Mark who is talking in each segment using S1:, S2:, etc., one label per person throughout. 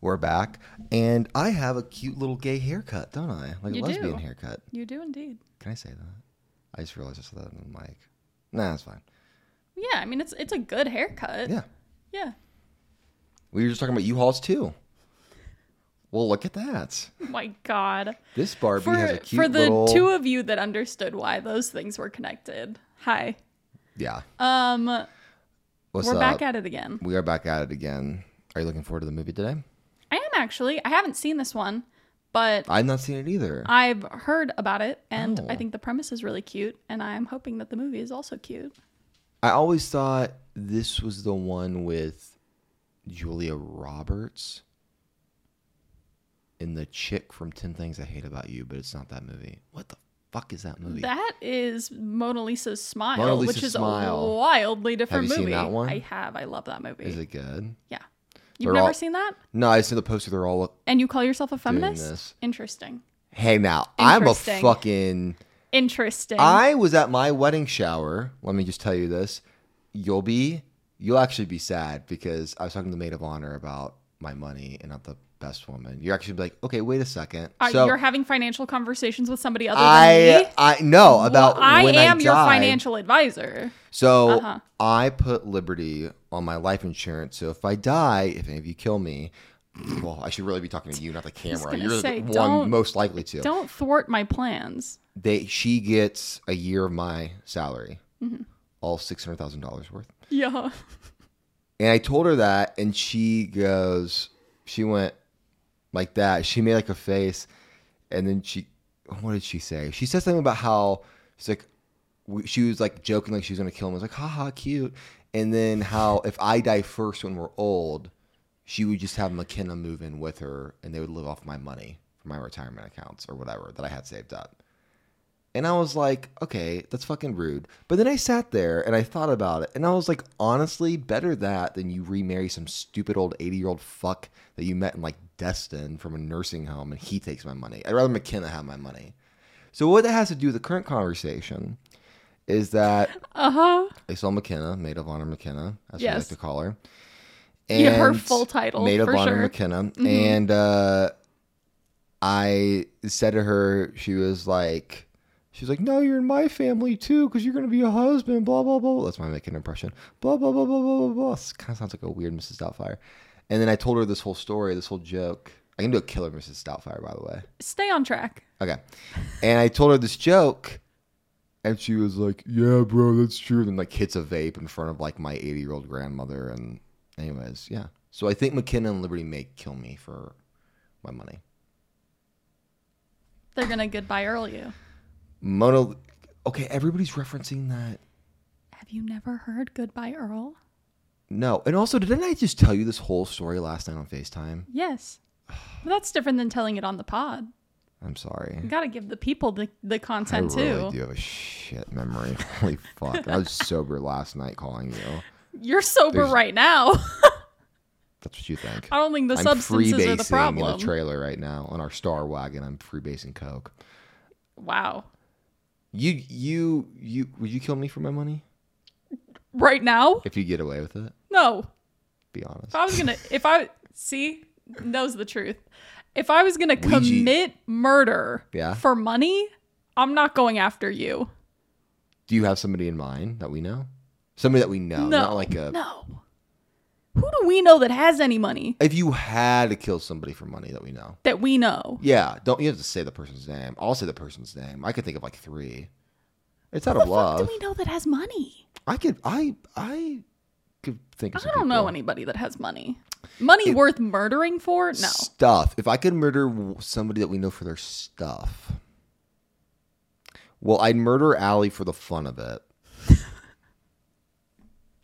S1: We're back, and I have a cute little gay haircut, don't I? Like
S2: You
S1: a lesbian
S2: do.
S1: haircut.
S2: You do indeed.
S1: Can I say that? I just realized I said that in the mic. Nah, that's fine.
S2: Yeah, I mean it's it's a good haircut.
S1: Yeah.
S2: Yeah.
S1: We were just talking about U-Hauls too. Well, look at that.
S2: Oh My God.
S1: This Barbie has a
S2: For
S1: cute
S2: for the
S1: little.
S2: two of you that understood why those things were connected. Hi.
S1: yeah.
S2: Um
S1: What's
S2: we're
S1: up?
S2: back at it again.
S1: we are back at it again. Are you looking forward to the movie today?
S2: I am actually. I haven't seen this one, but
S1: I've not seen it either.
S2: I've heard about it and
S1: Oh.
S2: I think the premise is really cute and I'm hoping that the movie is also cute.
S1: I always thought this was the one with Julia Roberts and the chick from 10 Things I Hate About You, but it's not that movie. What the fuck is that movie?
S2: That is Mona Lisa's Smile,
S1: Mona
S2: which
S1: Lisa's
S2: is a
S1: Smile.
S2: wildly different
S1: you seen
S2: movie.
S1: that one?
S2: I have. I love that movie.
S1: Is it good?
S2: Yeah. You've
S1: They're
S2: never
S1: all-
S2: seen that?
S1: No, I see the poster. They're all.
S2: And you call yourself a feminist?
S1: this.
S2: Interesting.
S1: Hey, now, I'm a
S2: Interesting.
S1: fucking.
S2: Interesting.
S1: I was at my wedding shower. Let me just tell you this. You'll be, you'll actually be sad because I was talking to the maid of honor about my money and I'm the best woman. You're actually like, okay, wait a second.
S2: Uh,
S1: so
S2: you're having financial conversations with somebody other than
S1: I,
S2: me.
S1: I know about
S2: Well, I
S1: when
S2: am
S1: I
S2: your
S1: die.
S2: financial advisor.
S1: So
S2: Uh-huh.
S1: I put Liberty on my life insurance. So if I die, if any of you kill me, well, I should really be talking to you, not the camera.
S2: gonna
S1: You're
S2: say,
S1: the
S2: don't-
S1: one most likely to.
S2: Don't thwart my plans.
S1: They, she gets a year of my salary,
S2: Mm-hmm.
S1: all six hundred thousand dollars worth.
S2: Yeah.
S1: And I told her that, and she goes, she went like that. She made like a face, and then she, what did she say? She said something about how she's like, we- she was like joking, like she was gonna kill him. I was like, haha, cute. And then how if I die first when we're old, she would just have McKenna move in with her, and they would live off my money from my retirement accounts or whatever that I had saved up. And I was like, okay, that's fucking rude. But then I sat there and I thought about it. And I was like, honestly, better that than you remarry some stupid old 80 year old fuck that you met in like Destin from a nursing home and he takes my money. I'd rather McKenna have my money. So, what that has to do with the current conversation is that
S2: Uh huh.
S1: I saw McKenna, Maid of Honor McKenna, as we
S2: Yes.
S1: like to call her.
S2: Yeah, her full title,
S1: Maid of
S2: for
S1: Honor
S2: sure. Mm-hmm.
S1: McKenna. And uh, I said to her, she was like, she's like, no, you're in my family too, because you're going to be a husband, blah, blah, blah. That's my making impression. Blah, blah, blah, blah, blah, blah, blah. Kind of sounds like a weird Mrs. Doubtfire. And then I told her this whole story, this whole joke. I can do a killer Mrs. Doubtfire, by the way.
S2: Stay on track.
S1: Okay. And I told her this joke, and she was like, "Yeah, bro, that's true." And like hits a vape in front of like my eighty-year-old grandmother. And anyways, yeah. So I think McKenna and Liberty may kill me for my money.
S2: They're gonna goodbye earl you.
S1: Mona. Okay, everybody's referencing that.
S2: Have you never heard Goodbye Earl?
S1: No, and also, didn't I just tell you this whole story last night on Facetime?
S2: Yes. But that's different than telling it on the pod.
S1: I'm
S2: You
S1: sorry.
S2: gotta give the people the, the
S1: I
S2: content
S1: really
S2: too.
S1: do have a shit memory. Holy fuck! I was sober last night calling you.
S2: You're sober
S1: There's-
S2: right now.
S1: That's what you think.
S2: I don't think the
S1: I'm
S2: substances are the
S1: freebasing in
S2: problem.
S1: the trailer right now on our Star Wagon. I'm freebasing coke.
S2: wow.
S1: You, you, you. Would you kill me for my money
S2: Right now?
S1: if you get away with it?
S2: No.
S1: Be honest.
S2: If I was gonna, if I see, knows the truth. If I was gonna
S1: Ouija.
S2: commit murder
S1: Yeah.
S2: for money, I'm not going after you.
S1: Do you have somebody in mind that we know? Somebody that we know,
S2: No,
S1: not like a.
S2: no. Who do we know that has any money
S1: If you had to kill somebody for money that we know,
S2: that we know?
S1: yeah, don't you have to say the person's name? I'll say the person's name. I could think of like three. It's out
S2: Who
S1: of
S2: the fuck do
S1: love.
S2: we know that has money?
S1: I could. I. I could think of. Some
S2: I don't know
S1: people.
S2: anybody that has money. Money worth murdering for? No.
S1: Stuff. If I could murder w- somebody that we know for their stuff. Well, I'd murder Allie for the fun of it.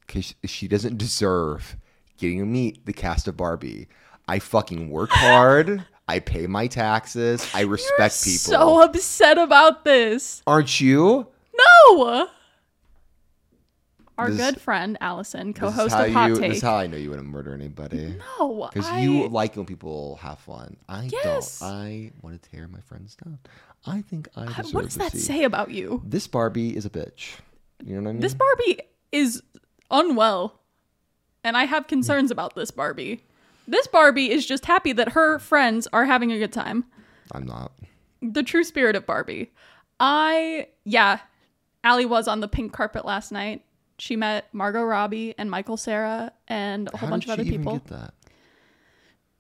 S1: Because she doesn't deserve getting to meet the cast of Barbie. I fucking work hard. I pay my taxes. I respect
S2: You're
S1: people.
S2: So upset about this.
S1: Aren't you?
S2: No. our
S1: This-
S2: good friend Allison,
S1: This is
S2: co-host
S1: how
S2: of Hot
S1: you-
S2: Take.
S1: This is how I know you wouldn't murder anybody.
S2: no,
S1: Because
S2: I,
S1: you like when people have fun. I
S2: Yes.
S1: don't. I want to tear my friends down. I think I
S2: I-
S1: deserve
S2: what does
S1: to
S2: that
S1: see-
S2: say about you?
S1: This Barbie is a bitch. You know what I mean?
S2: This Barbie is unwell, and I have
S1: Hmm.
S2: concerns about this Barbie. This Barbie is just happy that her friends are having a good time.
S1: I'm not.
S2: the true spirit of Barbie. I yeah, Allie was on the pink carpet last night. She met Margot Robbie and Michael Sarah and a whole
S1: How
S2: bunch of
S1: did
S2: other
S1: she even
S2: people.
S1: get that?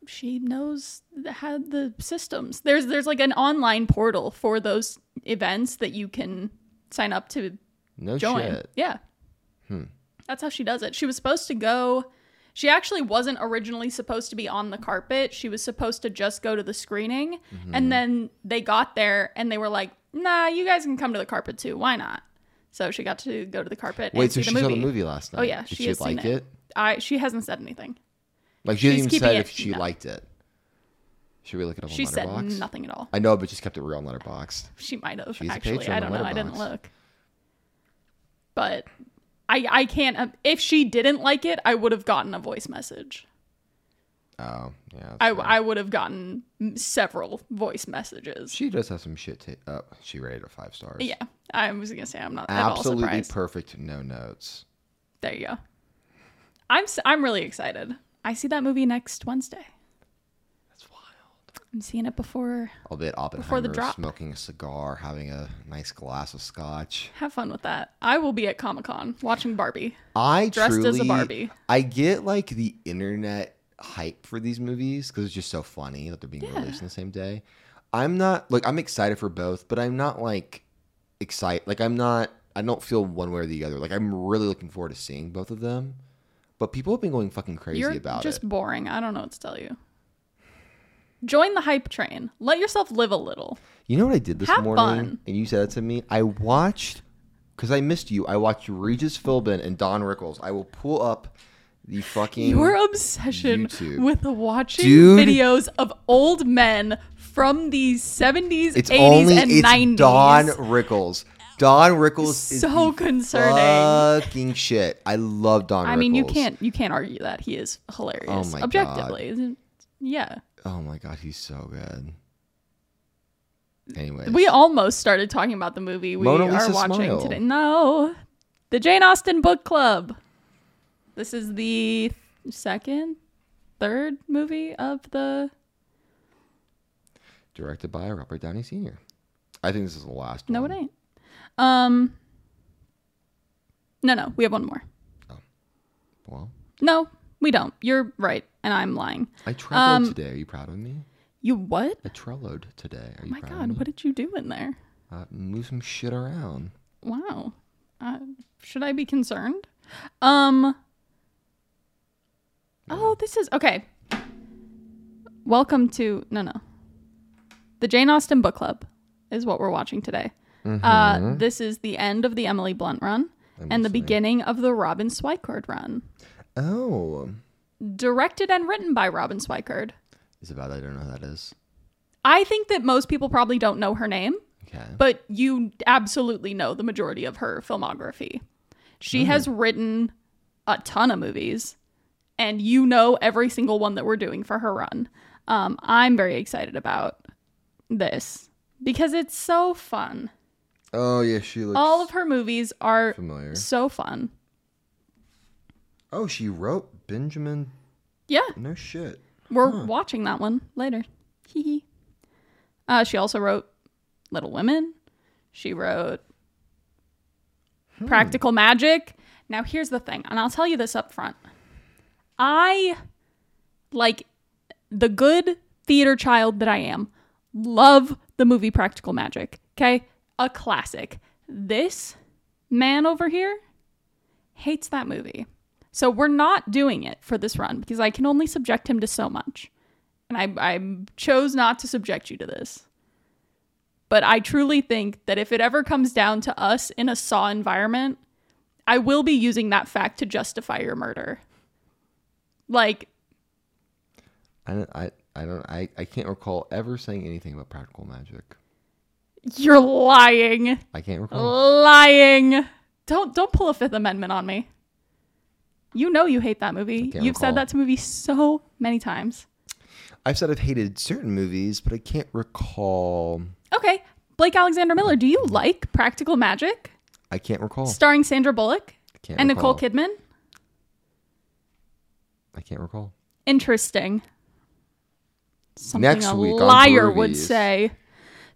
S2: She knows th- how the systems. There's there's like an online portal for those events that you can sign up to
S1: No
S2: join.
S1: shit. Hmm.
S2: Yeah. That's how she does it. She was supposed to go. She actually wasn't originally supposed to be on the carpet. She was supposed to just go to the screening.
S1: Mm-hmm.
S2: And then they got there and they were like, nah, you guys can come to the carpet too. Why not? So she got to go to the carpet
S1: Wait,
S2: and
S1: so
S2: see
S1: she
S2: the
S1: saw
S2: movie.
S1: the movie last night.
S2: Oh, yeah.
S1: Did
S2: she
S1: she
S2: has seen
S1: like
S2: it.
S1: it?
S2: I, she hasn't said anything.
S1: Like she
S2: She's
S1: didn't even
S2: keeping
S1: say
S2: it-
S1: if she
S2: no.
S1: liked it. Should we look it up on
S2: She said
S1: Letterboxd?
S2: nothing at all.
S1: I know, but just kept it real on Letterboxd.
S2: She might have
S1: a
S2: actually.
S1: patron
S2: I
S1: on
S2: don't know. I didn't
S1: Letterboxd.
S2: look. But I I can't. um, If she didn't like it, I would have gotten a voice message.
S1: Oh, yeah.
S2: I, I would have gotten several voice messages.
S1: she does have some shit. Ta- oh, she rated it five stars.
S2: Yeah, I was gonna say I'm not at all
S1: Absolutely
S2: surprised.
S1: perfect. No notes.
S2: there you go. I'm s- I'm really excited. I see that movie next Wednesday.
S1: That's wild.
S2: I'm seeing it before.
S1: albeit Oppenheimer
S2: the drop.
S1: smoking a cigar, having a nice glass of scotch.
S2: Have fun with that. I will be at Comic Con watching Barbie.
S1: I
S2: Dressed as a
S1: truly,
S2: Barbie.
S1: I get like the internet hype for these movies because it's just so funny that they're being released on the same day. I'm not like I'm excited for both, but I'm not like excited. Like I'm not. I don't feel one way or the other. Like I'm really looking forward to seeing both of them, but people have been going fucking crazy
S2: You're
S1: about
S2: just
S1: it.
S2: boring. I don't know what to tell you. Join the hype train. Let yourself live a little.
S1: You know what I did this
S2: Have
S1: morning?
S2: fun.
S1: And you said that to me. I watched because I missed you. I watched Regis Philbin and Don Rickles. I will pull up the fucking.
S2: Your obsession
S1: YouTube.
S2: with watching
S1: Dude.
S2: videos of old men from the 70s,
S1: it's
S2: 80s,
S1: only
S2: and
S1: it's
S2: 90s.
S1: Don Rickles. Don Rickles is
S2: So
S1: the
S2: concerning.
S1: Fucking shit. I love Don.
S2: I mean, you
S1: Rickles.
S2: can't you can't argue that he is hilarious.
S1: Oh my God.
S2: objectively, isn't- yeah.
S1: Oh my god, he's so good. Anyway,
S2: We almost started talking about the movie we
S1: Mona
S2: are
S1: Lisa
S2: watching
S1: Smile.
S2: today. No, the Jane Austen book club. This is the second, third movie of the.
S1: directed by Robert Downey Sr. I think this is the last.
S2: No,
S1: one.
S2: it ain't. Um. No, no, we have one more.
S1: Well,
S2: No, we don't. You're right, and I'm lying.
S1: I trelloed
S2: Um,
S1: today. Are you proud of me?
S2: You what?
S1: I trelloed today. Are you
S2: Oh my
S1: proud
S2: God,
S1: of me?
S2: what did you do in there?
S1: Uh, move some shit around.
S2: Wow. Uh, should I be concerned? Um. Oh, this is okay. Welcome to no no. The Jane Austen book club is what we're watching today. Uh, this is the end of the Emily Blunt run and the beginning of the Robin Swikard run.
S1: Oh,
S2: Directed and written by Robin Swikard.
S1: it's about I don't know who that is.
S2: I think that most people probably don't know her name.
S1: Okay.
S2: but you absolutely know the majority of her filmography. She has written a ton of movies, and you know every single one that we're doing for her run. Um, I'm very excited about this because it's so fun.
S1: Oh yeah, she looks
S2: All of her movies are
S1: familiar.
S2: so fun.
S1: Oh, she wrote Benjamin.
S2: Yeah,
S1: No shit.
S2: we're watching that one later. Hee hee. Uh, she also wrote Little Women. She wrote Practical Magic. Now, here's the thing, and I'll tell you this up front. I, like the good theater child that I am, love the movie Practical Magic. Okay? A classic. This man over here hates that movie. So we're not doing it for this run because I can only subject him to so much. And I, I chose not to subject you to this. But I truly think that if it ever comes down to us in a saw environment, I will be using that fact to justify your murder. Like,
S1: I don't. I, I don't. I, I can't recall ever saying anything about practical magic.
S2: you're lying.
S1: I can't recall.
S2: Oh. Lying. Don't don't pull a Fifth Amendment on me. You know you hate that movie. You've
S1: can't recall.
S2: said that to me so many times.
S1: I've said I've hated certain movies, but I can't recall.
S2: Okay, Blake Alexander Miller, do you like Practical Magic,
S1: I can't recall.
S2: starring Sandra Bullock
S1: Oh. Can't
S2: and
S1: recall.
S2: Nicole Kidman?
S1: I can't recall.
S2: Interesting. Something
S1: Next
S2: a
S1: week on
S2: liar would
S1: Broovies.
S2: say.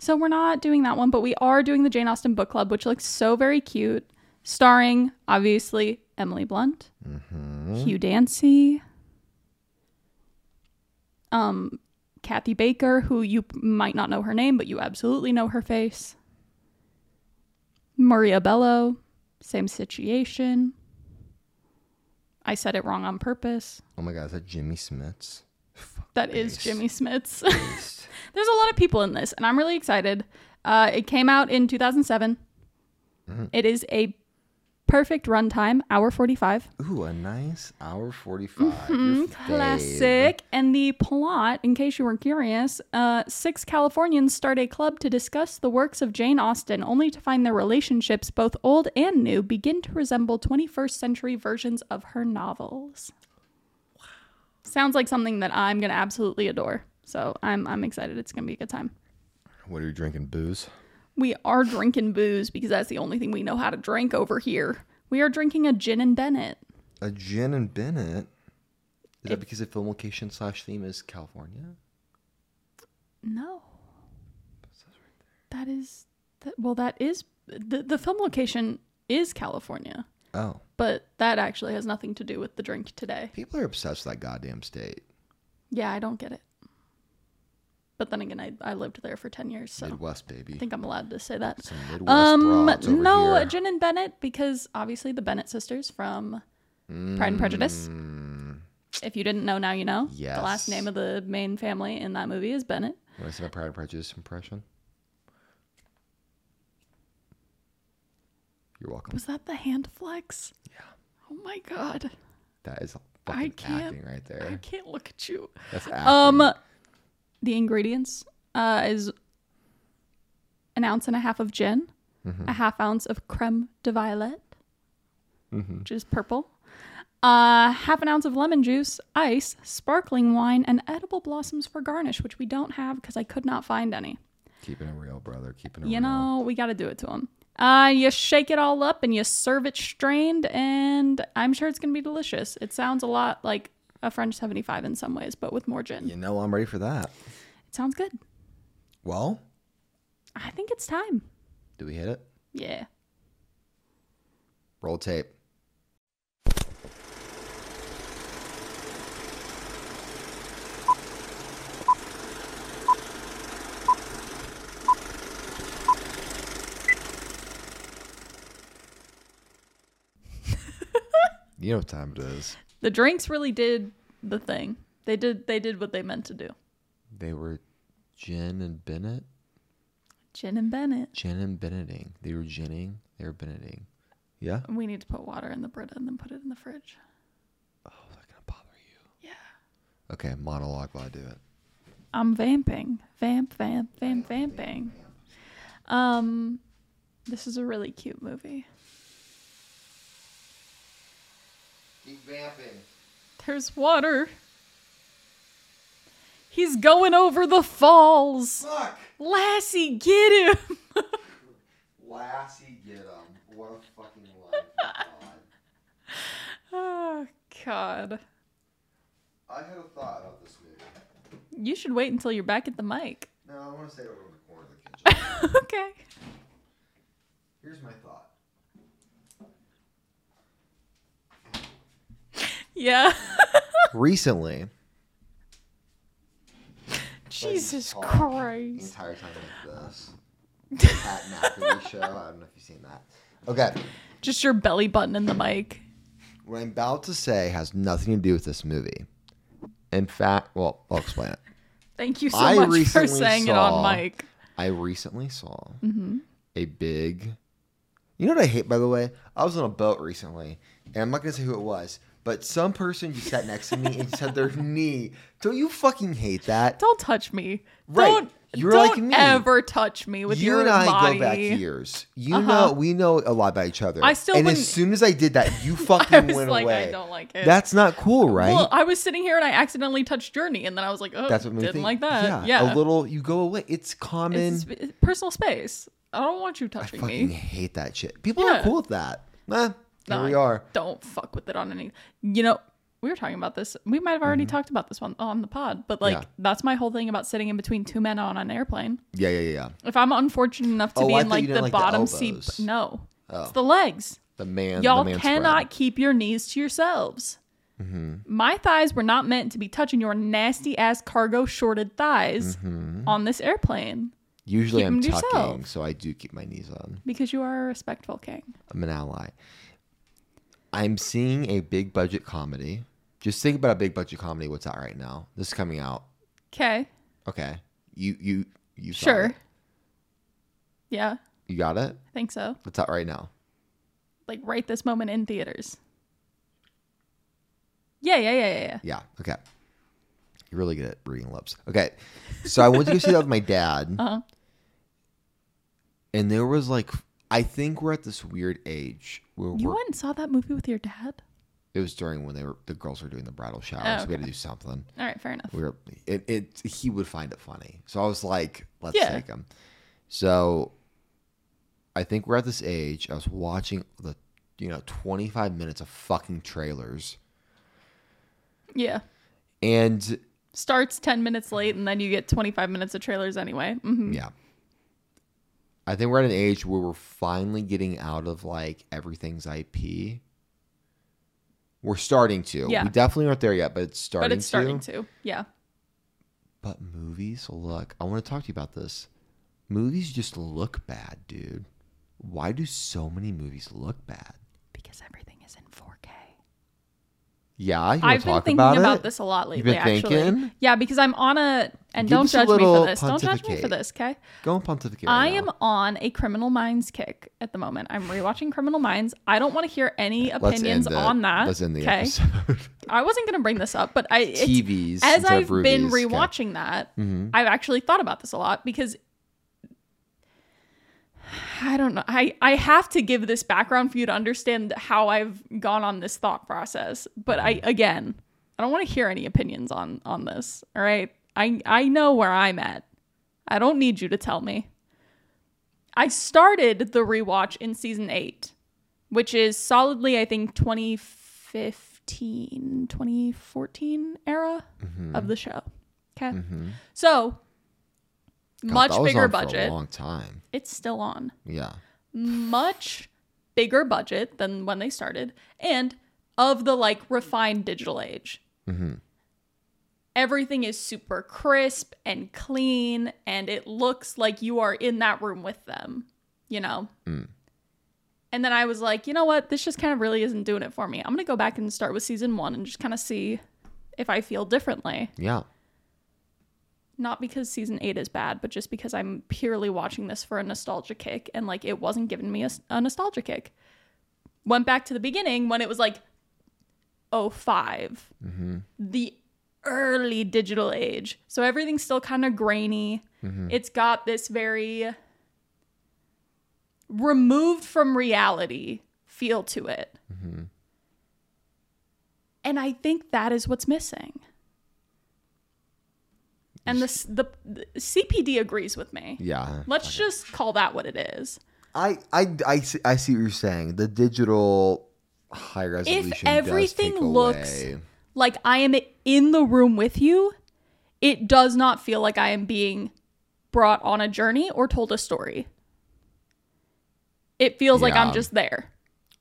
S2: So we're not doing that one, but we are doing the Jane Austen book club, which looks so very cute, starring obviously Emily Blunt,
S1: Mm-hmm.
S2: Hugh Dancy, um, Kathy Baker, who you p- might not know her name, but you absolutely know her face. Maria Bello, same situation. I said it wrong on purpose.
S1: Oh my god, is that Jimmy Smits?
S2: That is
S1: Nice.
S2: Jimmy Smits. There's a lot of people in this, and I'm really excited. Uh, it came out in 2007. It is a perfect runtime, hour 45.
S1: Ooh, a nice hour 45 Your fave.
S2: Mm-hmm, Classic. And the plot, in case you were curious, uh, six Californians start a club to discuss the works of Jane Austen, only to find their relationships, both old and new, begin to resemble 21st century versions of her novels. Sounds like something that I'm going to absolutely adore. So I'm, I'm excited. It's going to be a good time.
S1: What are you drinking? Booze?
S2: We are drinking booze because that's the only thing we know how to drink over here. We are drinking a gin and Bennett.
S1: A gin and Bennett? Is that because the film location slash theme is California?
S2: No. That is that, well that is the the film location is California,
S1: Oh.
S2: but that actually has nothing to do with the drink today.
S1: People are obsessed with that goddamn state.
S2: Yeah, I don't get it. But then again, I, I lived there for 10 years, so
S1: Midwest,
S2: I
S1: baby.
S2: think I'm allowed to say that.
S1: Some Midwest
S2: Um
S1: broads over
S2: no,
S1: here.
S2: Jen and Bennett because obviously the Bennett sisters from
S1: Mm.
S2: Pride and Prejudice. If you didn't know, now you know. The last
S1: Yes.
S2: name of the main family in that movie is Bennett.
S1: Want to see my Pride and Prejudice impression? You're welcome.
S2: Was that the hand flex? Yeah. Oh my god.
S1: That is
S2: I
S1: fucking
S2: can't-
S1: acting right
S2: I
S1: there.
S2: can't look at you.
S1: That's acting.
S2: Um the ingredients uh is an ounce and a half of gin, a half ounce of creme de violet, which is purple. Uh, half an ounce of lemon juice, ice, sparkling wine, and edible blossoms for garnish, which we don't have because I could not find any.
S1: keeping it real, brother. Keeping it
S2: You
S1: real.
S2: know, we got to do it to them. Uh, you shake it all up and you serve it strained, and I'm sure it's going to be delicious. It sounds a lot like a French 75 in some ways, but with more gin.
S1: you know, I'm ready for that.
S2: It sounds good.
S1: Well,
S2: I think it's time.
S1: do we hit it?
S2: Yeah.
S1: Roll tape. you know what time it is.
S2: The drinks really did the thing. They did they did what they meant to do.
S1: They were Jen and Bennett.
S2: Gin and Bennett.
S1: Jen and Beneding. They were Jenning. They were Beneding. Yeah?
S2: We need to put water in the Brita and then put it in the fridge.
S1: Oh, that's going to bother you.
S2: Yeah.
S1: Okay, monologue while I do it.
S2: I'm vamping. Vamp, vamp, vamp, vamping. Um this is a really cute movie.
S1: Keep vamping.
S2: There's water. He's going over the falls.
S1: Fuck!
S2: Lassie, get him.
S1: Lassie, get him. What a fucking life. God.
S2: Oh god.
S1: I had a thought about this movie.
S2: You should wait until you're back at the mic.
S1: No, I want to say it over in the corner of the kitchen.
S2: okay.
S1: Here's my thought.
S2: Yeah.
S1: Recently,
S2: Jesus
S1: tall. the
S2: Christ.
S1: entire time like this, Pat McAfee show. I don't know if you've seen that. Okay,
S2: Just your belly button in the mic.
S1: what I'm about to say has nothing to do with this movie. In fact, well, I'll explain it.
S2: Thank you so
S1: I
S2: much for
S1: recently
S2: saying it
S1: saw-
S2: on mic.
S1: I recently saw
S2: Mm-hmm.
S1: a big. You know what I hate, by the way? I was on a boat recently, and I'm not gonna say who it was, but some person just sat next to me and just had their knee. Don't you fucking hate that?
S2: Don't touch me.
S1: Right.
S2: Don't
S1: You're
S2: Don't
S1: like me.
S2: ever touch me with
S1: you
S2: your
S1: and I
S2: body.
S1: go back years. You
S2: Uh-huh.
S1: know, we know a lot about each other.
S2: I still
S1: and
S2: wouldn't-
S1: as soon as I did that, you
S2: I
S1: fucking
S2: was
S1: went
S2: like,
S1: away.
S2: I don't like it.
S1: That's not cool, right?
S2: Well, I was sitting here and I accidentally touched your knee, and then I was like, oh,
S1: That's what made me
S2: didn't
S1: think,
S2: like that.
S1: Yeah,
S2: Yeah,
S1: a little. You go away. It's common.
S2: It's sp- personal space. I don't want you
S1: I
S2: touching
S1: fucking
S2: me.
S1: hate that shit. People
S2: Yeah.
S1: are cool with that. Eh,
S2: No,
S1: here we
S2: I
S1: are.
S2: Don't fuck with it on any. You know, we were talking about this. We might have already talked about this one on the pod, but like
S1: Mm-hmm. Yeah.
S2: that's my whole thing about sitting in between two men on an airplane.
S1: Yeah, yeah, yeah, yeah.
S2: If I'm unfortunate enough to
S1: Oh,
S2: be
S1: I
S2: in
S1: thought you
S2: like
S1: didn't
S2: the
S1: like the
S2: bottom seat,
S1: elbows. Oh.
S2: no, it's the legs.
S1: The man. the
S2: Y'all
S1: man spread.
S2: cannot keep your knees to yourselves.
S1: Mm-hmm.
S2: My thighs were not meant to be touching your nasty ass cargo shorted thighs
S1: Mm-hmm.
S2: on this airplane
S1: Usually,
S2: keep
S1: I'm
S2: them to
S1: tucking,
S2: yourself.
S1: so I do keep my knees on.
S2: because you are a respectful king.
S1: I'm an ally. I'm seeing a big budget comedy. Just think about a big budget comedy. What's out right now? This is coming out.
S2: Okay,
S1: Okay, you you you saw
S2: sure.
S1: it.
S2: Yeah,
S1: You got it.
S2: I think so.
S1: What's out right now?
S2: Like right this moment in theaters. Yeah, yeah, yeah, yeah, yeah.
S1: Yeah. Okay. You're really good at reading lips. Okay. So I went to go see that with my dad.
S2: Uh-huh.
S1: And there was like, I think we're at this weird age where
S2: You
S1: we're,
S2: went and saw that movie with your dad?
S1: it was during when they were the girls were doing the bridal shower,
S2: Oh,
S1: so we had to do something.
S2: All right, fair enough.
S1: We were it, it he would find it funny, so I was like, let's
S2: Yeah.
S1: take him. So I think we're at this age. I was watching the you know 25 minutes of fucking trailers,
S2: Yeah.
S1: and
S2: Starts 10 minutes late, and then you get 25 minutes of trailers anyway. hmm
S1: Yeah. I think we're at an age where we're finally getting out of like everything's IP. We're starting to.
S2: Yeah.
S1: We definitely aren't there yet, but it's starting
S2: But it's starting
S1: to.
S2: to. Yeah.
S1: But movies, look, I want to talk to you about this. Movies just look bad, dude. Why do so many movies look bad?
S2: Because everything is in 4K.
S1: Yeah, you want
S2: I've
S1: to
S2: been
S1: talk
S2: thinking
S1: about,
S2: about,
S1: it?
S2: this a lot
S1: You've
S2: lately,
S1: been
S2: actually.
S1: thinking?
S2: Yeah, because I'm on a and
S1: Give
S2: don't
S1: us a
S2: judge me
S1: little
S2: for this. Don't judge me for
S1: pontificate.
S2: this, okay?
S1: Go and pontificate.
S2: I
S1: right
S2: am
S1: now.
S2: on a Criminal Minds kick at the moment. I'm rewatching Criminal Minds. I don't want to hear any
S1: Let's
S2: opinions
S1: end it.
S2: on that.
S1: Let's end the
S2: okay?
S1: episode.
S2: I wasn't going to bring this up, but I it's-
S1: TVs
S2: as
S1: instead
S2: I've
S1: of
S2: been
S1: movies. Okay.
S2: rewatching that, I've actually thought about this a lot because I don't know. I, I have to give this background for you to understand how I've gone on this thought process. But I again, I don't want to hear any opinions on on this. All right. I I know where I'm at. I don't need you to tell me. I started the rewatch in season eight, which is solidly, I think, 2015, 2014 era
S1: Mm-hmm.
S2: of the show. Okay.
S1: Mm.
S2: So
S1: God,
S2: much
S1: that was on
S2: bigger
S1: for a
S2: budget.
S1: long time.
S2: It's still on.
S1: Yeah.
S2: Much bigger budget than when they started and of the like refined digital age. Everything is super crisp and clean, and it looks like you are in that room with them, you know? And then I was like, you know what? This just kind of really isn't doing it for me. I'm going to go back and start with season one and just kind of see if I feel differently.
S1: Yeah.
S2: Not because season eight is bad, but just because I'm purely watching this for a nostalgia kick and like it wasn't giving me a, s- a nostalgia kick. Went back to the beginning when it was like 5 the early digital age. So everything's still kind of grainy. It's got this very removed from reality feel to it. And I think that is what's missing. And the, s- the, the CPD agrees with me.
S1: Yeah.
S2: Let's just call that what it is.
S1: I, I, I, see, I see what you're saying. The digital high resolution. does
S2: everything
S1: take
S2: looks-
S1: away-
S2: Like I am in the room with you, it does not feel like I am being brought on a journey or told a story. It feels like I'm
S1: Yeah.
S2: just there.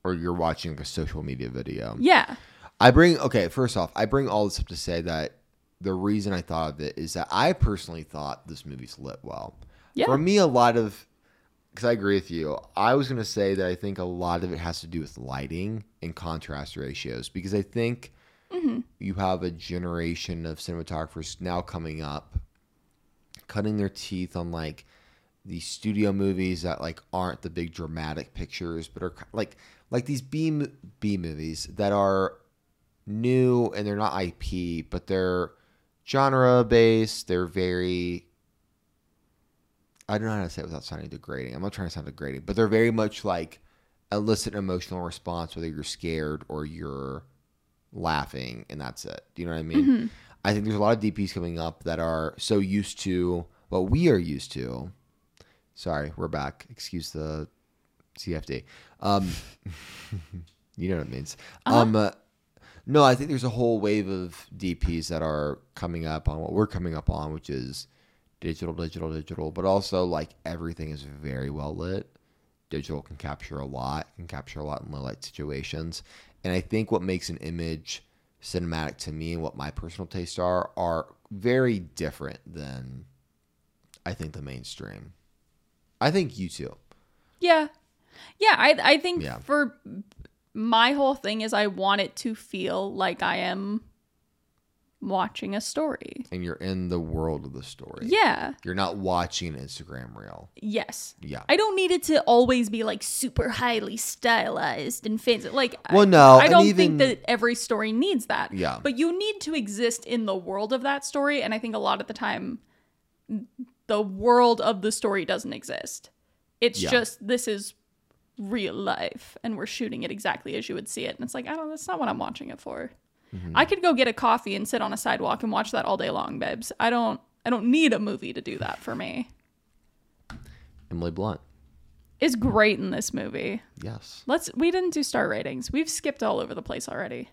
S1: or you're watching a social media video.
S2: Yeah.
S1: I bring okay. First off, I bring all this up to say that the reason I thought of it is that I personally thought this movie's lit well.
S2: Yeah.
S1: For me, a lot of because I agree with you. I was gonna say that I think a lot of it has to do with lighting and contrast ratios because I think you have a generation of cinematographers now coming up, cutting their teeth on like these studio movies that like aren't the big dramatic pictures, but are ki- like like these B mo- B movies that are new and they're not IP, but they're genre based. They're very I don't know how to say it without sounding degrading. I'm not trying to sound degrading, but they're very much like elicit an emotional response, whether you're scared or you're laughing, and that's it. Do you know what I mean? I think there's a lot of DPs coming up that are so used to what we are used to. Sorry, we're back. Excuse the CFD. Um, you know what it means. Um, uh, no, I think there's a whole wave of DPs that are coming up on what we're coming up on, which is digital, digital, digital, but also like everything is very well lit. Digital can capture a lot, can capture a lot in low light situations. And I think what makes an image cinematic to me and what my personal tastes are are very different than I think the mainstream. I think you too.
S2: Yeah. Yeah, I I think
S1: Yeah.
S2: for my whole thing is I want it to feel like I am watching a story.
S1: And you're in the world of the story.
S2: Yeah.
S1: You're not watching an Instagram reel.
S2: Yes.
S1: Yeah.
S2: I don't need it to always be like super highly stylized and fancy. Like, I-
S1: Well, no, Oh,
S2: I
S1: and
S2: don't
S1: even-
S2: think that every story needs that.
S1: Yeah.
S2: but you need to exist in the world of that story, and I think a lot of the time, the world of the story doesn't exist. It's
S1: Yeah.
S2: just this is real life, and we're shooting it exactly as you would see it, and it's like I don't. That's not what I'm watching it for.
S1: Mm-hmm.
S2: I could go get a coffee and sit on a sidewalk and watch that all day long, babes. I don't. I don't need a movie to do that for me.
S1: Emily Blunt.
S2: Is great in this movie.
S1: Yes.
S2: Let's we didn't do star ratings. We've skipped all over the place already.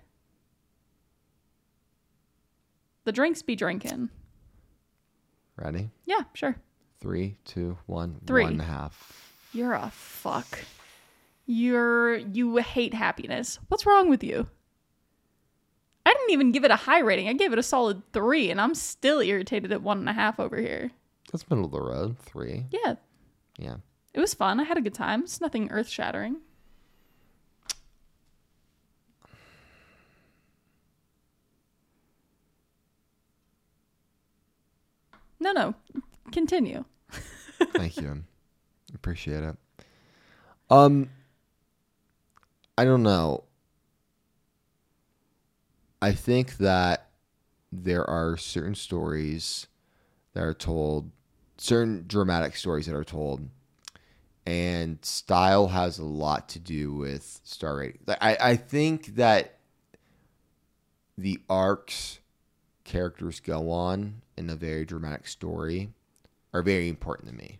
S2: The drinks be drinking.
S1: Ready?
S2: Yeah, sure.
S1: Three, two, one,
S2: Three.
S1: one and a half.
S2: You're a fuck. You're you hate happiness. What's wrong with you? I didn't even give it a high rating. I gave it a solid three, and I'm still irritated at one and a half over here.
S1: That's middle of the road. Three.
S2: Yeah,
S1: Yeah.
S2: it was fun. I had a good time. It's nothing earth shattering. No, no. Continue.
S1: Thank you. Appreciate it. Um I don't know. I think that there are certain stories that are told, certain dramatic stories that are told, and style has a lot to do with star rating. Like I, I think that the arcs characters go on in a very dramatic story are very important to me.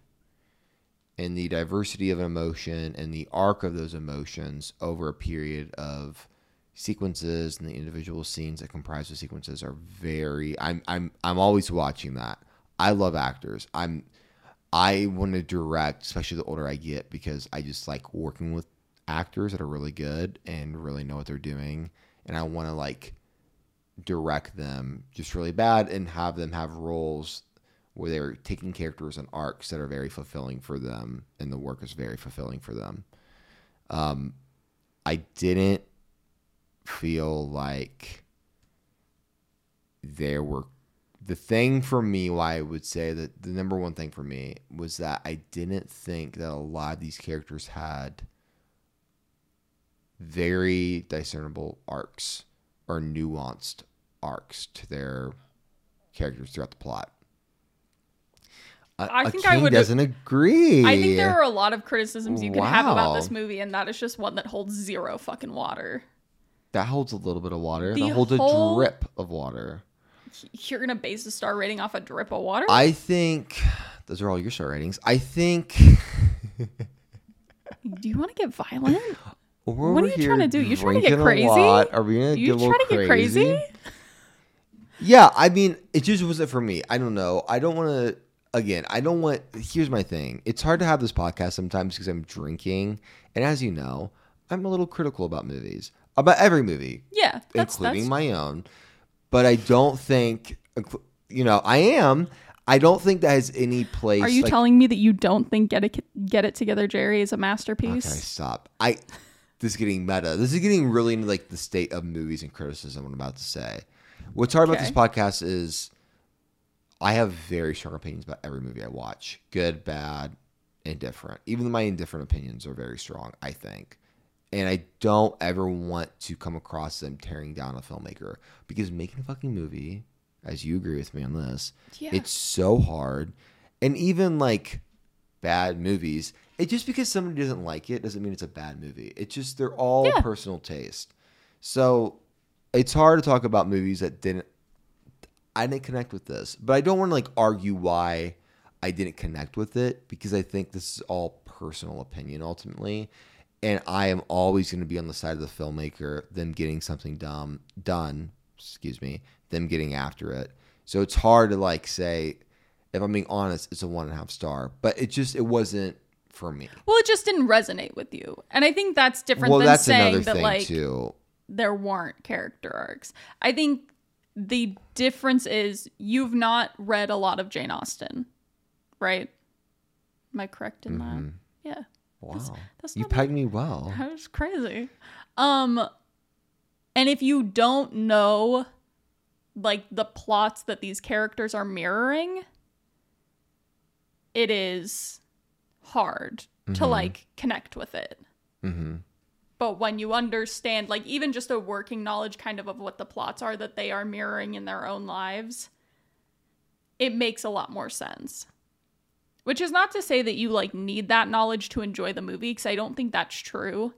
S1: And the diversity of emotion and the arc of those emotions over a period of sequences and the individual scenes that comprise the sequences are very I'm I'm I'm always watching that. I love actors. I'm I want to direct, especially the older I get, because I just like working with actors that are really good and really know what they're doing. And I want to like direct them just really bad and have them have roles where they're taking characters and arcs that are very fulfilling for them and the work is very fulfilling for them. Um, I didn't feel like there were the thing for me why I would say that the number one thing for me was that I didn't think that a lot of these characters had very discernible arcs or nuanced arcs to their characters throughout the plot. I
S2: I think I would-
S1: doesn't agree.
S2: I think there are a lot of criticisms you can have about this
S1: Wow.
S2: movie, and that is just one that holds zero fucking water.
S1: that holds a little bit of water.
S2: The
S1: That holds a
S2: whole-
S1: drip of water.
S2: You're gonna base the star rating off a drip of water?
S1: I think those are all your star ratings. I think.
S2: Do you want to get violent?
S1: We're
S2: What
S1: over
S2: are you
S1: here
S2: trying to do? You trying to get
S1: drinking a
S2: crazy?
S1: lot. Are we gonna
S2: You
S1: get a little
S2: trying to get crazy?
S1: Yeah, I mean, it just wasn't for me. I don't know. I don't want to. Again, I don't want. Here's my thing. It's hard to have this podcast sometimes because I'm drinking, and as you know, I'm a little critical about movies, about every movie,
S2: Yeah, that's
S1: including
S2: that's
S1: my own. But I don't think, you know, I am. I don't think that has any place.
S2: Are you
S1: like,
S2: telling me that you don't think Get It Get It Together Jerry is a
S1: Okay,
S2: masterpiece?
S1: stop. I this is getting meta. This is getting really into like the state of movies and criticism. What I'm about to say. What's hard about this
S2: Okay.
S1: podcast is I have very strong opinions about every movie I watch, good, bad, indifferent. Even my indifferent opinions are very strong. I think. And I don't ever want to come across them tearing down a filmmaker because making a fucking movie, as you agree with me on this,
S2: Yeah.
S1: it's so hard. And even like bad movies. It just because somebody doesn't like it doesn't mean it's a bad movie. It's just they're all
S2: Yeah.
S1: personal taste. So it's hard to talk about movies that didn't I didn't connect with this, but I don't want to like argue why I didn't connect with it because I think this is all personal opinion ultimately, and I am always going to be on the side of the filmmaker, them getting something dumb done, excuse me, them getting after it. So it's hard to like say, if I'm being honest, it's a one and a half star, but it just it wasn't for me.
S2: Well, it just didn't resonate with you. And I think that's different
S1: Well,
S2: than
S1: that's another
S2: saying that
S1: thing
S2: like
S1: too.
S2: there weren't character arcs. I think the difference is you've not read a lot of Jane Austen, right? Am I correct in that? Yeah.
S1: Wow,
S2: that's
S1: Mm-hmm. you
S2: not a-
S1: pegged me well.
S2: That was crazy. Um and if you don't know like the plots that these characters are mirroring, it is hard
S1: Mm-hmm.
S2: to like connect with it.
S1: hmm
S2: But when you understand like even just a working knowledge kind of of what the plots are that they are mirroring in their own lives, it makes a lot more sense. Which is not to say that you like need that knowledge to enjoy the movie, because I don't think that's true.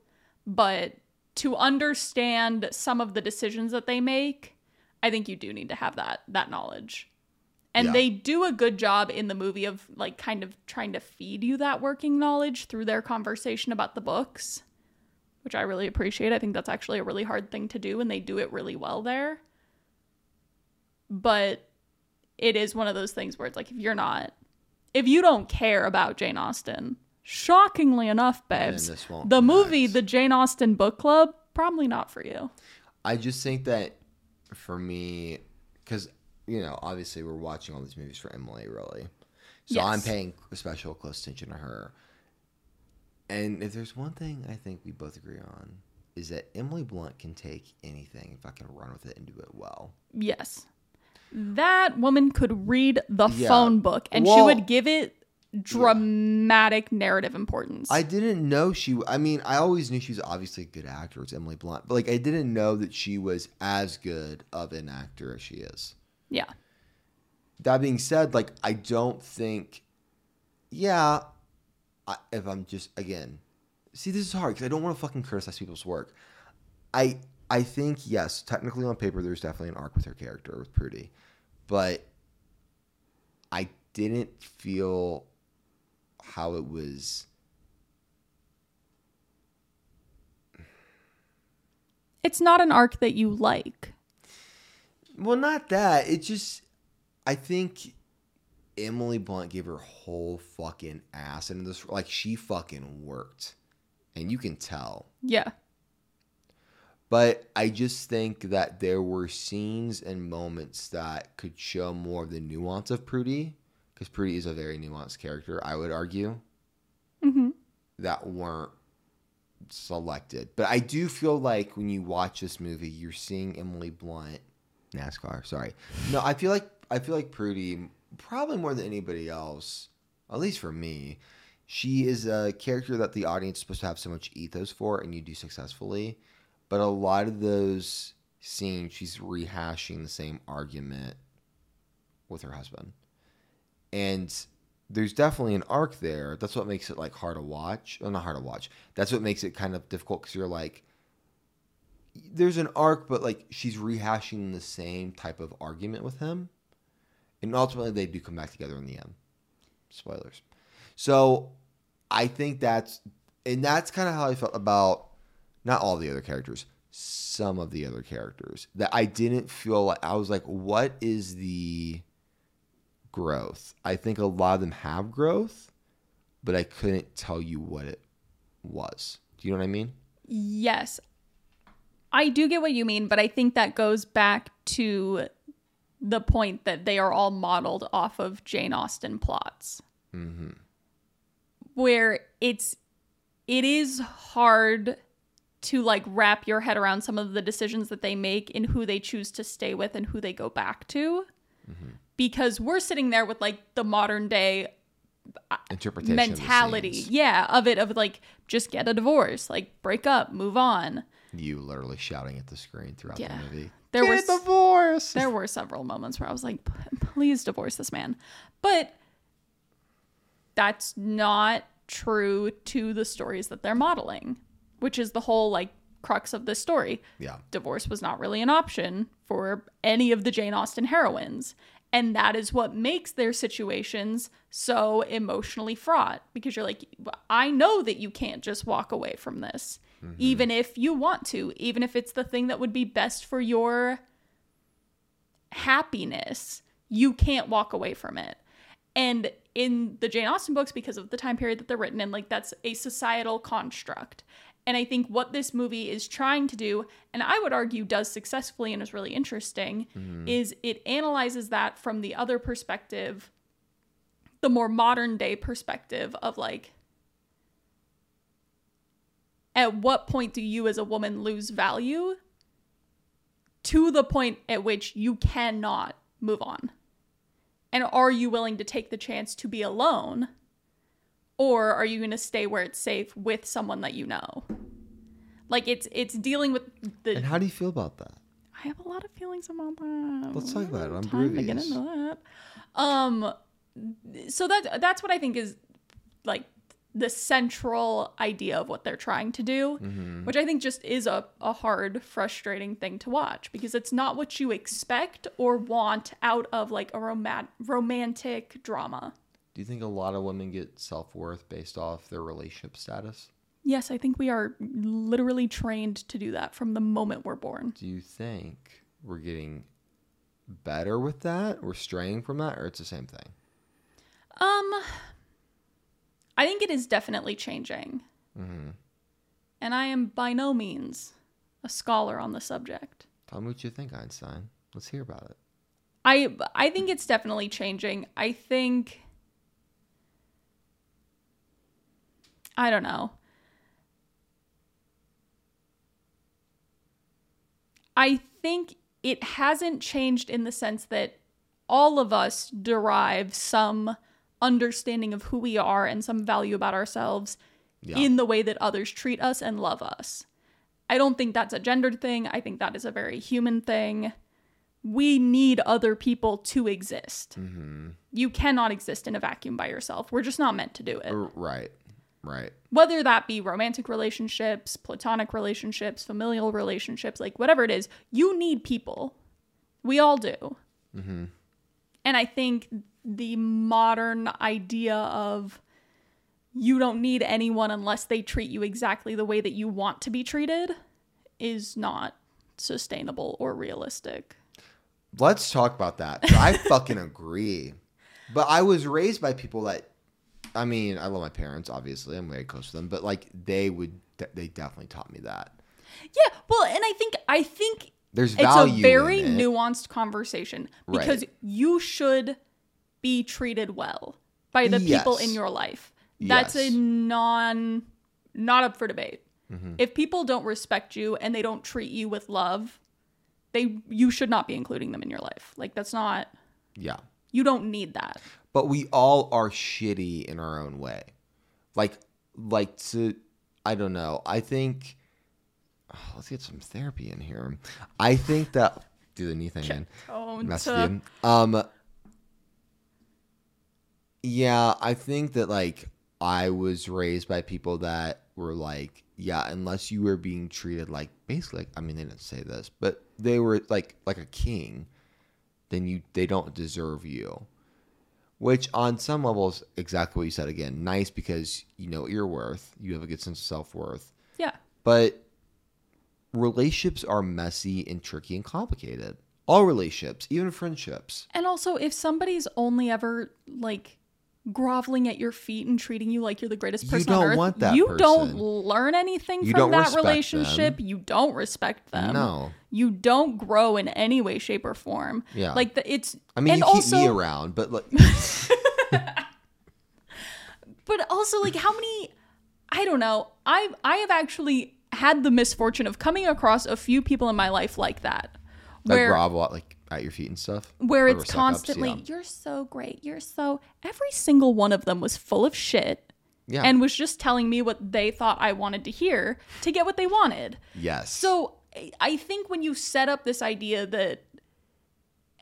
S2: But to understand some of the decisions that they make, I think you do need to have that that knowledge. And
S1: Yeah.
S2: they do a good job in the movie of like kind of trying to feed you that working knowledge through their conversation about the books, which I really appreciate. I think that's actually a really hard thing to do, and they do it really well there. But it is one of those things where it's like if you're not if you don't care about Jane Austen, shockingly enough, babes,
S1: this won't
S2: the movie
S1: connect.
S2: The Jane Austen Book Club probably not for you.
S1: I just think that for me, because you know, obviously we're watching all these movies for Emily, really. So I'm
S2: Yes.
S1: paying special close attention to her. And if there's one thing I think we both agree on is that Emily Blunt can take anything if I can run with it and do it well.
S2: Yes. That woman could read the
S1: Yeah.
S2: phone book and she
S1: Well-
S2: would give it dramatic narrative importance.
S1: I didn't know she. I mean, I always knew she was obviously a good actor. It's Emily Blunt, but like I didn't know that she was as good of an actor as she is.
S2: yeah.
S1: that being said, like I don't think, yeah, I, if I'm just again, see, this is hard because I don't want to fucking criticize people's work. I I think yes, technically on paper there's definitely an arc with her character with Prudy, but I didn't feel how it was.
S2: It's not an arc that you like.
S1: Well, not that. It just, I think Emily Blunt gave her whole fucking ass into this. Like she fucking worked, and you can tell.
S2: Yeah.
S1: But I just think that there were scenes and moments that could show more of the nuance of Prudy, because Prudy is a very nuanced character, I would argue,
S2: hmm
S1: that weren't selected. But I do feel like when you watch this movie, you're seeing Emily Blunt, NASCAR, sorry. No, I feel like I feel like Prudy probably more than anybody else, at least for me, she is a character that the audience is supposed to have so much ethos for and you do successfully but a lot of those scenes she's rehashing the same argument with her husband and there's definitely an arc there that's what makes it like hard to watch well, not hard to watch that's what makes it kind of difficult because you're like there's an arc but like she's rehashing the same type of argument with him and ultimately they do come back together in the end spoilers so i think that's and that's kind of how i felt about not all the other characters, some of the other characters that I didn't feel like I was like, what is the growth? I think a lot of them have growth, but I couldn't tell you what it was. Do you know what I mean?
S2: Yes. I do get what you mean, but I think that goes back to the point that they are all modeled off of Jane Austen plots. Where it's it is hard to like wrap your head around some of the decisions that they make and who they choose to stay with and who they go back to. Because we're sitting there with like the modern day
S1: Interpretation of the
S2: mentality.
S1: scenes.
S2: Yeah, of it of like just get a divorce, like break up, move on.
S1: You literally shouting at the screen throughout
S2: Yeah.
S1: the movie.
S2: There
S1: Get
S2: was-
S1: divorced.
S2: there were several moments where I was like, "P- please divorce this man. But that's not true to the stories that they're modeling, which is the whole like crux of this story.
S1: Yeah.
S2: Divorce was not really an option for any of the Jane Austen heroines. And that is what makes their situations so emotionally fraught because you're like, I know that you can't just walk away from this, even if you want to, even if it's the thing that would be best for your happiness, you can't walk away from it. And in the Jane Austen books, because of the time period that they're written in, like that's a societal construct. And I think what this movie is trying to do, and I would argue does successfully and is really interesting, is it analyzes that from the other perspective, the more modern day perspective of like, at what point do you as a woman lose value to the point at which you cannot move on? And are you willing to take the chance to be alone? Or are you going to stay where it's safe with someone that you know? Like it's it's dealing with the
S1: And how do you feel about that?
S2: I have a lot of feelings about that.
S1: Let's talk about it. I'm
S2: time to get
S1: groovy.
S2: into that. Um, so that that's what I think is like the central idea of what they're trying to do,
S1: Mm-hmm.
S2: which I think just is a, a hard, frustrating thing to watch because it's not what you expect or want out of like a romant- romantic drama.
S1: Do you think a lot of women get self worth based off their relationship status?
S2: Yes, I think we are literally trained to do that from the moment we're born.
S1: Do you think we're getting better with that? We're straying from that, or it's the same thing?
S2: Um, I think it is definitely changing. And I am by no means a scholar on the subject.
S1: Tell me what you think, Einstein. Let's hear about it.
S2: I I think it's definitely changing. I think I don't know. I think it hasn't changed in the sense that all of us derive some understanding of who we are and some value about ourselves
S1: Yeah.
S2: in the way that others treat us and love us. I don't think that's a gendered thing. I think that is a very human thing we need other people to exist. You cannot exist in a vacuum by yourself. We're just not meant to do it.
S1: R- right, right.
S2: Whether that be romantic relationships, platonic relationships, familial relationships, like whatever it is, you need people. We all do. And I think the modern idea of you don't need anyone unless they treat you exactly the way that you want to be treated is not sustainable or realistic.
S1: Let's talk about that. So I fucking agree. But I was raised by people that, I mean, I love my parents, obviously. I'm very close to them, but like they would, they definitely taught me that.
S2: Yeah, well, and I think I think
S1: There's
S2: it's
S1: value.
S2: a very
S1: in it.
S2: nuanced conversation because
S1: Right.
S2: you should be treated well by the people
S1: Yes.
S2: in your life. That's
S1: Yes.
S2: a non not up for debate.
S1: Mm-hmm.
S2: If people don't respect you and they don't treat you with love, they you should not be including them in your life. Like that's not
S1: Yeah.
S2: you don't need that.
S1: but we all are shitty in our own way like like to i don't know i think oh, let's get some therapy in here i think that do the knee thing again
S2: Oh,
S1: mess
S2: to-
S1: with you. um yeah i think that like i was raised by people that were like yeah unless you were being treated like basically like, i mean they didn't say this but they were like like a king then you they don't deserve you which on some levels exactly what you said again nice because you know what you're worth you have a good sense of self-worth
S2: yeah.
S1: but relationships are messy and tricky and complicated all relationships even friendships
S2: And also, if somebody's only ever like groveling at your feet and treating you like you're the greatest
S1: You
S2: person
S1: don't
S2: on earth,
S1: want that
S2: you don't
S1: person.
S2: learn anything
S1: You
S2: from
S1: don't
S2: that
S1: respect
S2: relationship. You don't respect them.
S1: no
S2: You don't grow in any way, shape, or form.
S1: Yeah.
S2: Like the, it's.
S1: i mean
S2: and
S1: you keep
S2: also,
S1: me around but like
S2: but also like how many i don't know i i have actually had the misfortune of coming across a few people in my life like that
S1: like
S2: where
S1: rob a lot like at your feet and stuff
S2: where
S1: Or
S2: it's
S1: suck ups,
S2: constantly
S1: yeah.
S2: you're so great you're so every single one of them was full of shit
S1: yeah,
S2: and was just telling me what they thought I wanted to hear to get what they wanted.
S1: yes
S2: So I- I think when you set up this idea that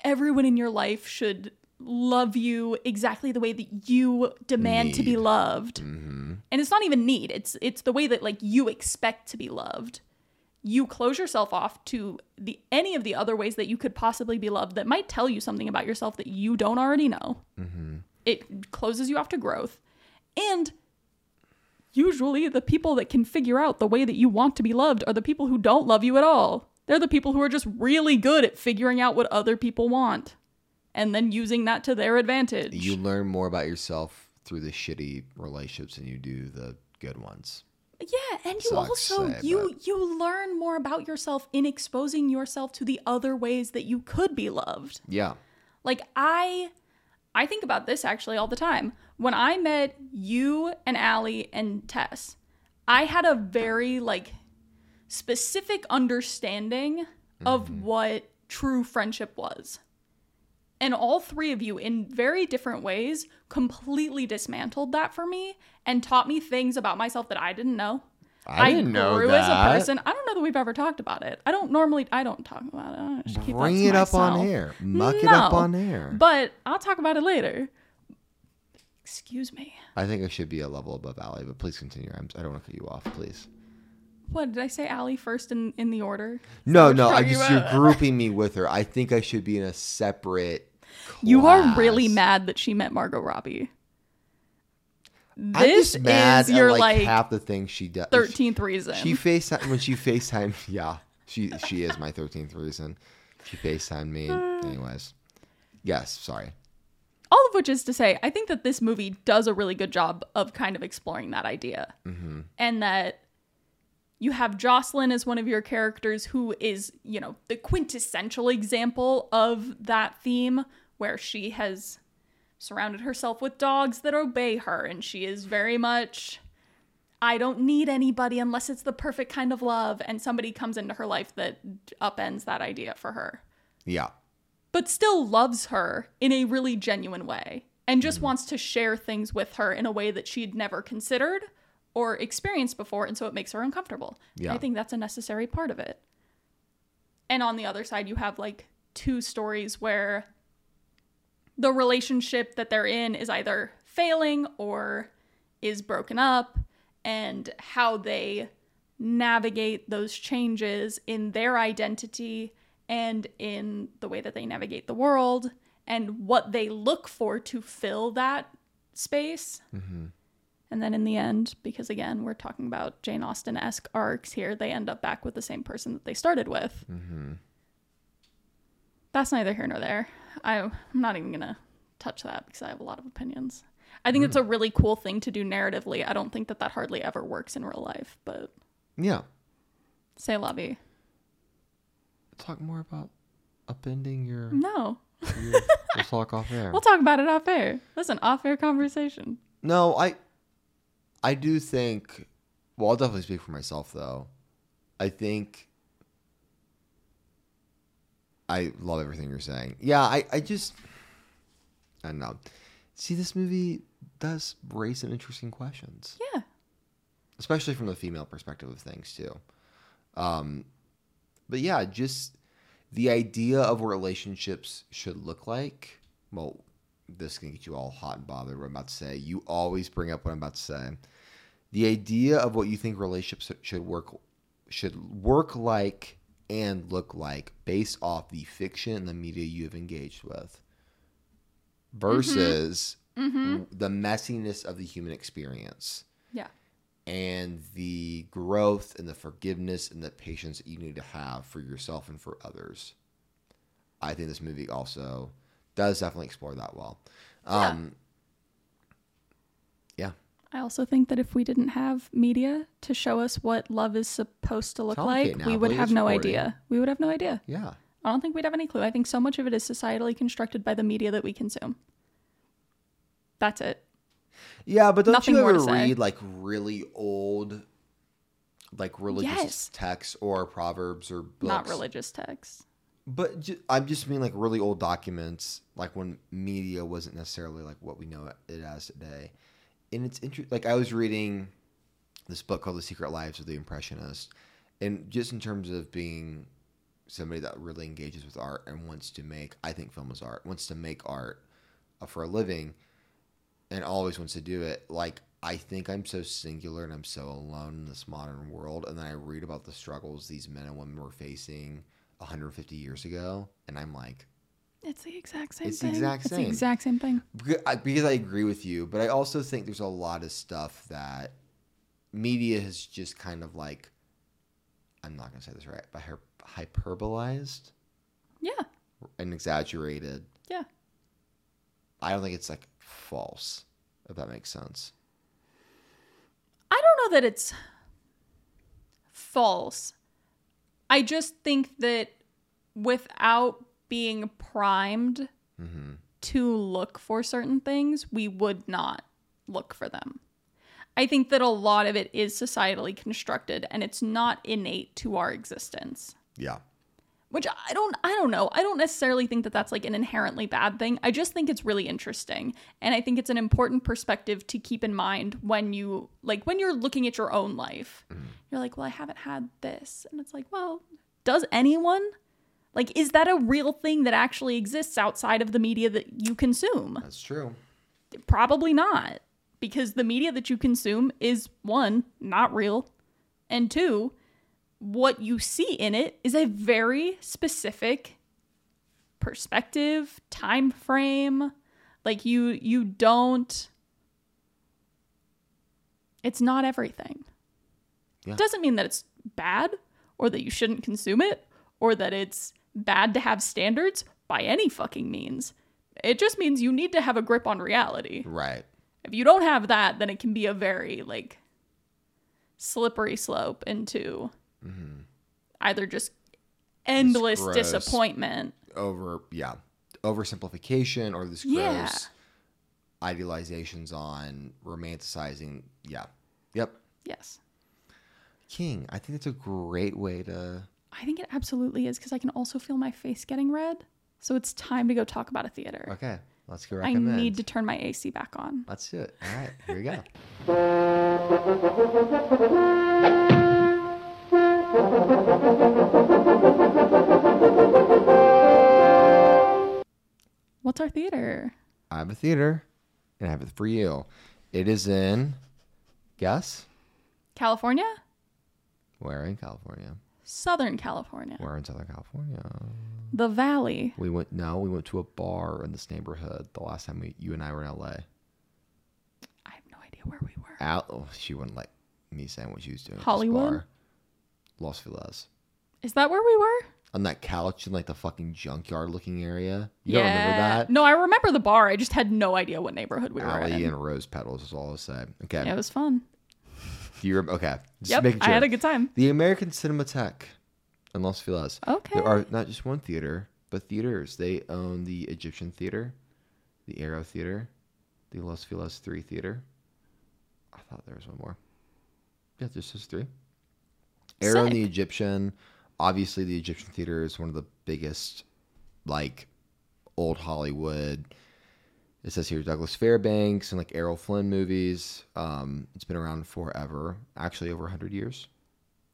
S2: everyone in your life should love you exactly the way that you demand to be
S1: Need. Mm-hmm.
S2: loved. And it's not even need. It's it's the way that like you expect to be loved. You close yourself off to the any of the other ways that you could possibly be loved that might tell you something about yourself that you don't already know. It closes you off to growth. And usually the people that can figure out the way that you want to be loved are the people who don't love you at all. They're the people who are just really good at figuring out what other people want and then using that to their advantage.
S1: You learn more about yourself through the shitty relationships than you do the good ones.
S2: yeah, and you
S1: Sucks
S2: also
S1: to say,
S2: you you learn more about yourself in exposing yourself to the other ways that you could be loved.
S1: Yeah.
S2: Like I I think about this actually all the time. When I met you and Allie and Tess, I had a very like specific understanding of
S1: Mm-hmm.
S2: what true friendship was. And all three of you in very different ways completely dismantled that for me and taught me things about myself that I didn't know.
S1: I, didn't know
S2: grew
S1: that.
S2: as a person. I don't know that we've ever talked about it. I don't normally I don't talk about it. I just keep that
S1: Bring
S2: to
S1: it up on
S2: myself.
S1: air. Muck it up
S2: No,
S1: on air.
S2: But I'll talk about it later. Excuse me.
S1: I think I should be a level above Allie, but please continue. I'm, I don't want to cut you off, please.
S2: What did I say? Allie first in, in the order.
S1: No, no, I
S2: talking
S1: just you're
S2: about-
S1: grouping me with her. I think I should be in a separate.
S2: You are really
S1: class.
S2: mad that she met Margot Robbie.
S1: I'm
S2: This
S1: just mad
S2: is your
S1: at, like,
S2: like,
S1: half the things she does. She,
S2: thirteenth reason.
S1: she FaceTime when she FaceTime. Yeah, she she is my thirteenth reason. She FaceTimed me. Anyways, yes. Sorry.
S2: All of which is to say, I think that this movie does a really good job of kind of exploring that idea, and that you have Jocelyn as one of your characters who is, you know, the quintessential example of that theme, where she has surrounded herself with dogs that obey her, and she is very much. I don't need anybody unless it's the perfect kind of love, and somebody comes into her life that upends that idea for her
S1: Yeah.
S2: but still loves her in a really genuine way and just wants to share things with her in a way that she'd never considered or experienced before and so it makes her uncomfortable.
S1: Yeah.
S2: I think that's a necessary part of it. And on the other side you have like two stories where the relationship that they're in is either failing or is broken up and how they navigate those changes in their identity and in the way that they navigate the world and what they look for to fill that space. And then in the end, because again, we're talking about Jane Austen esque arcs here, they end up back with the same person that they started with. That's neither here nor there. I, I'm not even going to touch that because I have a lot of opinions. I think it's a really cool thing to do narratively. I don't think that that hardly ever works in real life, but
S1: Yeah.
S2: say lovey.
S1: Talk more about upending your.
S2: No.
S1: your we'll talk off air.
S2: We'll talk about it off air. That's an off air conversation.
S1: No, I I do think well, I'll definitely speak for myself though. I think I love everything you're saying. Yeah, I, I just I don't know. See this movie does raise some interesting questions.
S2: Yeah.
S1: Especially from the female perspective of things too. Um but yeah, just the idea of what relationships should look like. Well, this can get you all hot and bothered. What I'm about to say, you always bring up what I'm about to say. The idea of what you think relationships should work should work like and look like based off the fiction and the media you have engaged with versus
S2: Mm-hmm.
S1: the messiness of the human experience
S2: Yeah.
S1: and the growth and the forgiveness and the patience that you need to have for yourself and for others. I think this movie also does definitely explore that well.
S2: Yeah.
S1: Um, yeah.
S2: I also think that if we didn't have media to show us what love is supposed to look
S1: Complicate
S2: like,
S1: now,
S2: we would
S1: please,
S2: have no
S1: Corey.
S2: idea. We would have no idea.
S1: yeah,
S2: I don't think we'd have any clue. I think so much of it is societally constructed by the media that we consume. That's it.
S1: yeah, But don't
S2: Nothing
S1: you
S2: more
S1: ever
S2: to say.
S1: read like really old, like religious
S2: Yes.
S1: texts or proverbs or books?
S2: Not religious texts.
S1: But ju- I'm just mean like really old documents, like when media wasn't necessarily like what we know it as today. And it's interesting. Like I was reading this book called The Secret Lives of the Impressionist, and just in terms of being somebody that really engages with art and wants to make, I think film is art. Wants to make art. for a living and always wants to do it, like I think I'm so singular and I'm so alone in this modern world. And then I read about the struggles these men and women were facing 150 years ago, and I'm like,
S2: It's the exact same
S1: It's the
S2: thing.
S1: exact
S2: It's
S1: same.
S2: the exact same thing.
S1: Because I, because I agree with you, but I also think there's a lot of stuff that media has just kind of like, I'm not going to say this right, but hyper- hyperbolized
S2: Yeah.
S1: and exaggerated.
S2: Yeah.
S1: I don't think it's like false, if that makes sense.
S2: I don't know that it's false. I just think that without being primed to look for certain things, we would not look for them. I think that a lot of it is societally constructed and it's not innate to our existence
S1: Yeah.
S2: which I don't I don't know. I don't necessarily think that that's like an inherently bad thing. I just think it's really interesting and I think it's an important perspective to keep in mind when you like when you're looking at your own life. You're like, "Well, I haven't had this." And it's like, "Well, does anyone? Like is that a real thing that actually exists outside of the media that you consume?"
S1: That's true.
S2: Probably not, because the media that you consume is one, not real, and two, what you see in it is a very specific perspective, time frame. Like you you don't it's not everything.
S1: Yeah.
S2: Doesn't mean that it's bad or that you shouldn't consume it or that it's bad to have standards by any fucking means. It just means you need to have a grip on reality.
S1: Right.
S2: If you don't have that, then it can be a very like slippery slope into
S1: Mm-hmm.
S2: either just endless
S1: gross.
S2: disappointment.
S1: Over, yeah. Oversimplification or this gross
S2: Yeah.
S1: idealizations on romanticizing. Yeah. Yep.
S2: Yes.
S1: King, I think that's a great way to.
S2: I think it absolutely is because I can also feel my face getting red. So it's time to go talk about a theater.
S1: Okay. Let's go
S2: I
S1: recommend.
S2: need to turn my AC back on.
S1: Let's do it. All right, here we go.
S2: What's our theater?
S1: I have a theater, and I have it for you. It is in, guess,
S2: California?
S1: where in California?
S2: Southern California.
S1: Where in Southern California?
S2: The Valley.
S1: We went. No, we went to a bar in this neighborhood the last time we, you and I were in L.A.
S2: I have no idea where we were.
S1: Out. Oh, she wouldn't let me say what she was doing. at this
S2: Hollywood?
S1: bar. Los Feliz.
S2: Is that where we were?
S1: On that couch in like the fucking junkyard looking area. You don't remember that?
S2: No, I remember the bar. I just had no idea what neighborhood we were
S1: Alley
S2: in.
S1: and rose petals is all I'll say. Okay.
S2: It was fun.
S1: Do you remember? Okay. Just
S2: yep,
S1: making
S2: I
S1: sure.
S2: had a good time.
S1: The American Cinematheque in Los Feliz.
S2: Okay.
S1: There are not just one theater, but theaters. They own the Egyptian Theater, the Aero Theater, the Los Feliz 3 Theater. I thought there was one more. Yeah, there's just three. Aero and the Egyptian. Obviously, the Egyptian Theater is one of the biggest, like, old Hollywood. It says here Douglas Fairbanks and like Errol Flynn movies. Um, it's been around forever, actually over 100 years.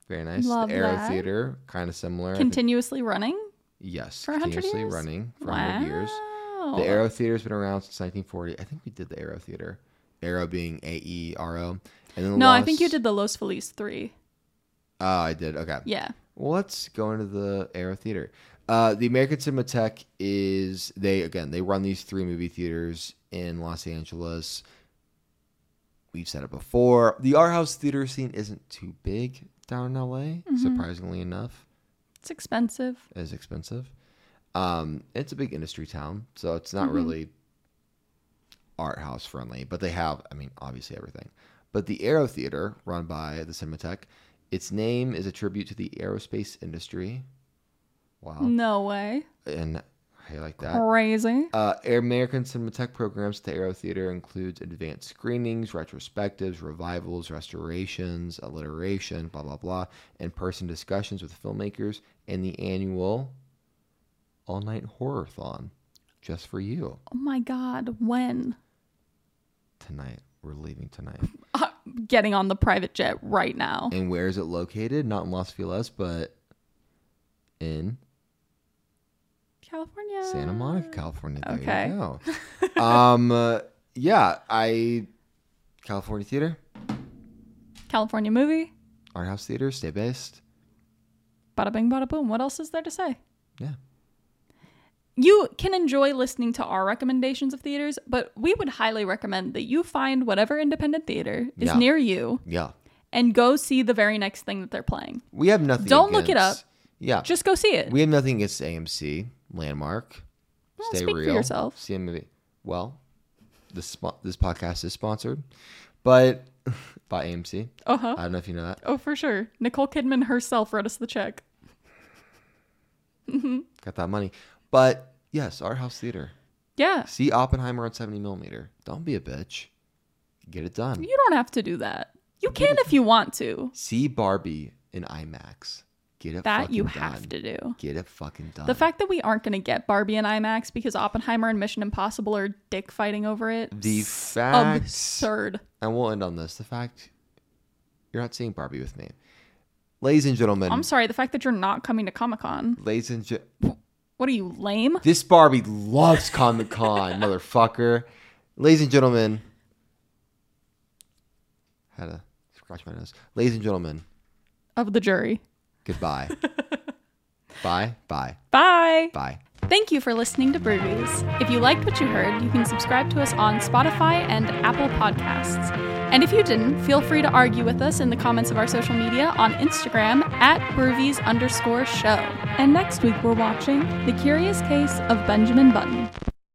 S1: Very nice.
S2: Love
S1: the Arrow
S2: that.
S1: Theater, kind of similar. I think-
S2: Continuously running
S1: yes,
S2: for 100
S1: continuously
S2: years?
S1: running for 100 years.
S2: Wow.
S1: The Arrow Theater's been around since 1940. I think we did the Arrow Theater. Arrow being A E R O. And then
S2: No, I think you
S1: Los-
S2: did the Los Feliz three.
S1: Oh, I did. Okay.
S2: Yeah.
S1: Well, let's go into the Aero Theater. Uh, the American Cinematheque is they again they run these three movie theaters in Los Angeles. We've said it before. The art house theater scene isn't too big down in LA,
S2: Mm-hmm.
S1: surprisingly enough.
S2: It's expensive.
S1: It's expensive. Um, it's a big industry town, so it's not really art house friendly, but they have, I mean, obviously everything. But the Aero Theater, run by the Cinematech, its name is a tribute to the aerospace industry. Wow.
S2: No way.
S1: And I like that.
S2: Crazy.
S1: Uh, American Cinematech programs at the Aero Theater includes advanced screenings, retrospectives, revivals, restorations, alliteration, blah blah blah, in-person discussions with filmmakers, and the annual all-night horrorthon, just for you.
S2: Oh my God. When?
S1: Tonight, we're leaving tonight.
S2: Uh, getting on the private jet right now.
S1: And where is it located? Not in Los Feliz, but in
S2: California.
S1: Santa Monica, California. There
S2: Okay.
S1: you go. um, uh, yeah, I California theater,
S2: California movie.
S1: art house theater, stay based.
S2: Bada bing, bada boom. What else is there to say?
S1: Yeah,
S2: You can enjoy listening to our recommendations of theaters, but we would highly recommend that you find whatever independent theater is
S1: Yeah.
S2: near you
S1: yeah.
S2: and go see the very next thing that they're playing.
S1: We have nothing.
S2: Don't look it
S1: against-
S2: up.
S1: Yeah,
S2: Just go see it.
S1: we have nothing against AMC Landmark.
S2: Well,
S1: stay
S2: speak for
S1: real.
S2: yourself.
S1: See a movie. Well, this spo- this podcast is sponsored, but by AMC.
S2: Uh huh.
S1: I don't know if you know that.
S2: Oh, for sure. Nicole Kidman herself wrote us the check.
S1: Got that money, but yes, art house theater.
S2: Yeah.
S1: See Oppenheimer on seventy millimeter. Don't be a bitch. Get it done.
S2: You don't have to do that. You can if you want to.
S1: See Barbie in IMAX. Get it.
S2: That
S1: fucking
S2: you
S1: done.
S2: have to do.
S1: Get it fucking done.
S2: The fact that we aren't going to get Barbie and IMAX because Oppenheimer and Mission Impossible are dick fighting over it.
S1: The
S2: s-
S1: fact-
S2: Absurd.
S1: and we'll end on this. The fact you're not seeing Barbie with me, ladies and gentlemen.
S2: I'm sorry, the fact that you're not coming to Comic Con.
S1: ladies and ge-
S2: What are you, lame?
S1: this Barbie loves Comic Con, motherfucker. Ladies and gentlemen, had to scratch my nose. Ladies and gentlemen,
S2: Of the jury.
S1: goodbye. bye, bye,
S2: Bye.
S1: bye.
S2: Thank you for listening to Brewbies. If you liked what you heard, you can subscribe to us on Spotify and Apple Podcasts. And if you didn't, feel free to argue with us in the comments of our social media on Instagram at Brewbies underscore show. And next week we're watching The Curious Case of Benjamin Button.